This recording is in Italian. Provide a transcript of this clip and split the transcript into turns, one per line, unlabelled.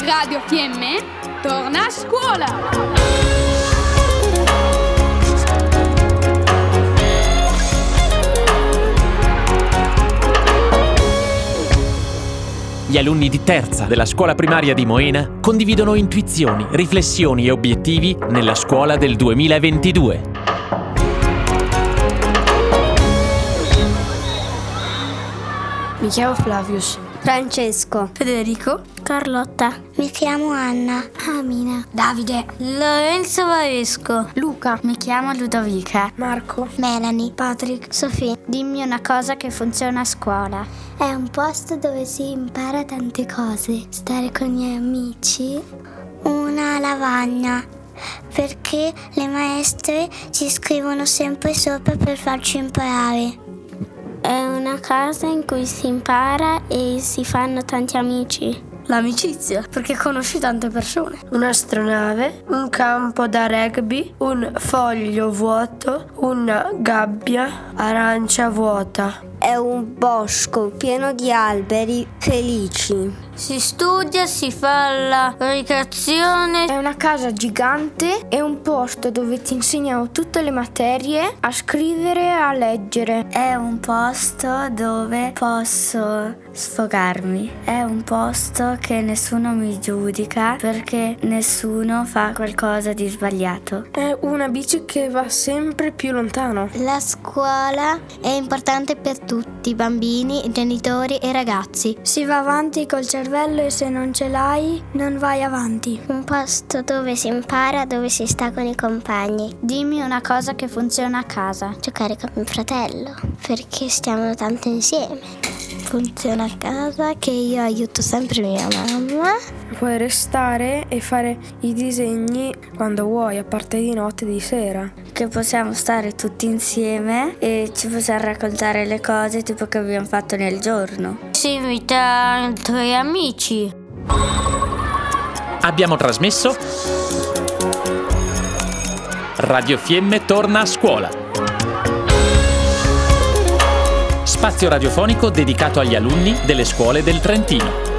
Radio Fiemme torna a scuola!
Gli alunni di terza della scuola primaria di Moena condividono intuizioni, riflessioni e obiettivi nella scuola del 2022.
Mi chiamo Flavius.
Francesco.
Federico.
Carlotta.
Mi chiamo Anna.
Ah,
Amina.
Davide.
Lorenzo Varesco.
Luca.
Mi chiamo Ludovica.
Marco.
Melanie.
Patrick.
Sofì. Dimmi una cosa che funziona a scuola.
È un posto dove si impara tante cose. Stare con gli amici.
Una lavagna perché le maestre ci scrivono sempre sopra per farci imparare.
È una casa in cui si impara e si fanno tanti amici.
L'amicizia, perché conosci tante persone.
Un'astronave, un campo da rugby, un foglio vuoto, una gabbia, arancia vuota.
È un bosco pieno di alberi felici.
Si studia, si fa la ricreazione.
È una casa gigante, è un posto dove ti insegnano tutte le materie, a scrivere e a leggere.
È un posto dove posso sfogarmi. È un posto che nessuno mi giudica perché nessuno fa qualcosa di sbagliato.
È una bici che va sempre più lontano.
La scuola è importante per tutti, bambini, genitori e ragazzi.
Si va avanti col cervello e se non ce l'hai non vai avanti.
Un posto dove si impara, dove si sta con i compagni.
Dimmi una cosa che funziona a casa.
Giocare con mio fratello, perché stiamo tanto insieme
funziona a casa che io aiuto sempre mia mamma.
Puoi restare e fare i disegni quando vuoi, a parte di notte e di sera.
Che possiamo stare tutti insieme e ci possiamo raccontare le cose tipo che abbiamo fatto nel giorno.
Si invita altri amici.
Abbiamo trasmesso Radio Fiemme torna a scuola spazio radiofonico dedicato agli alunni delle scuole del Trentino.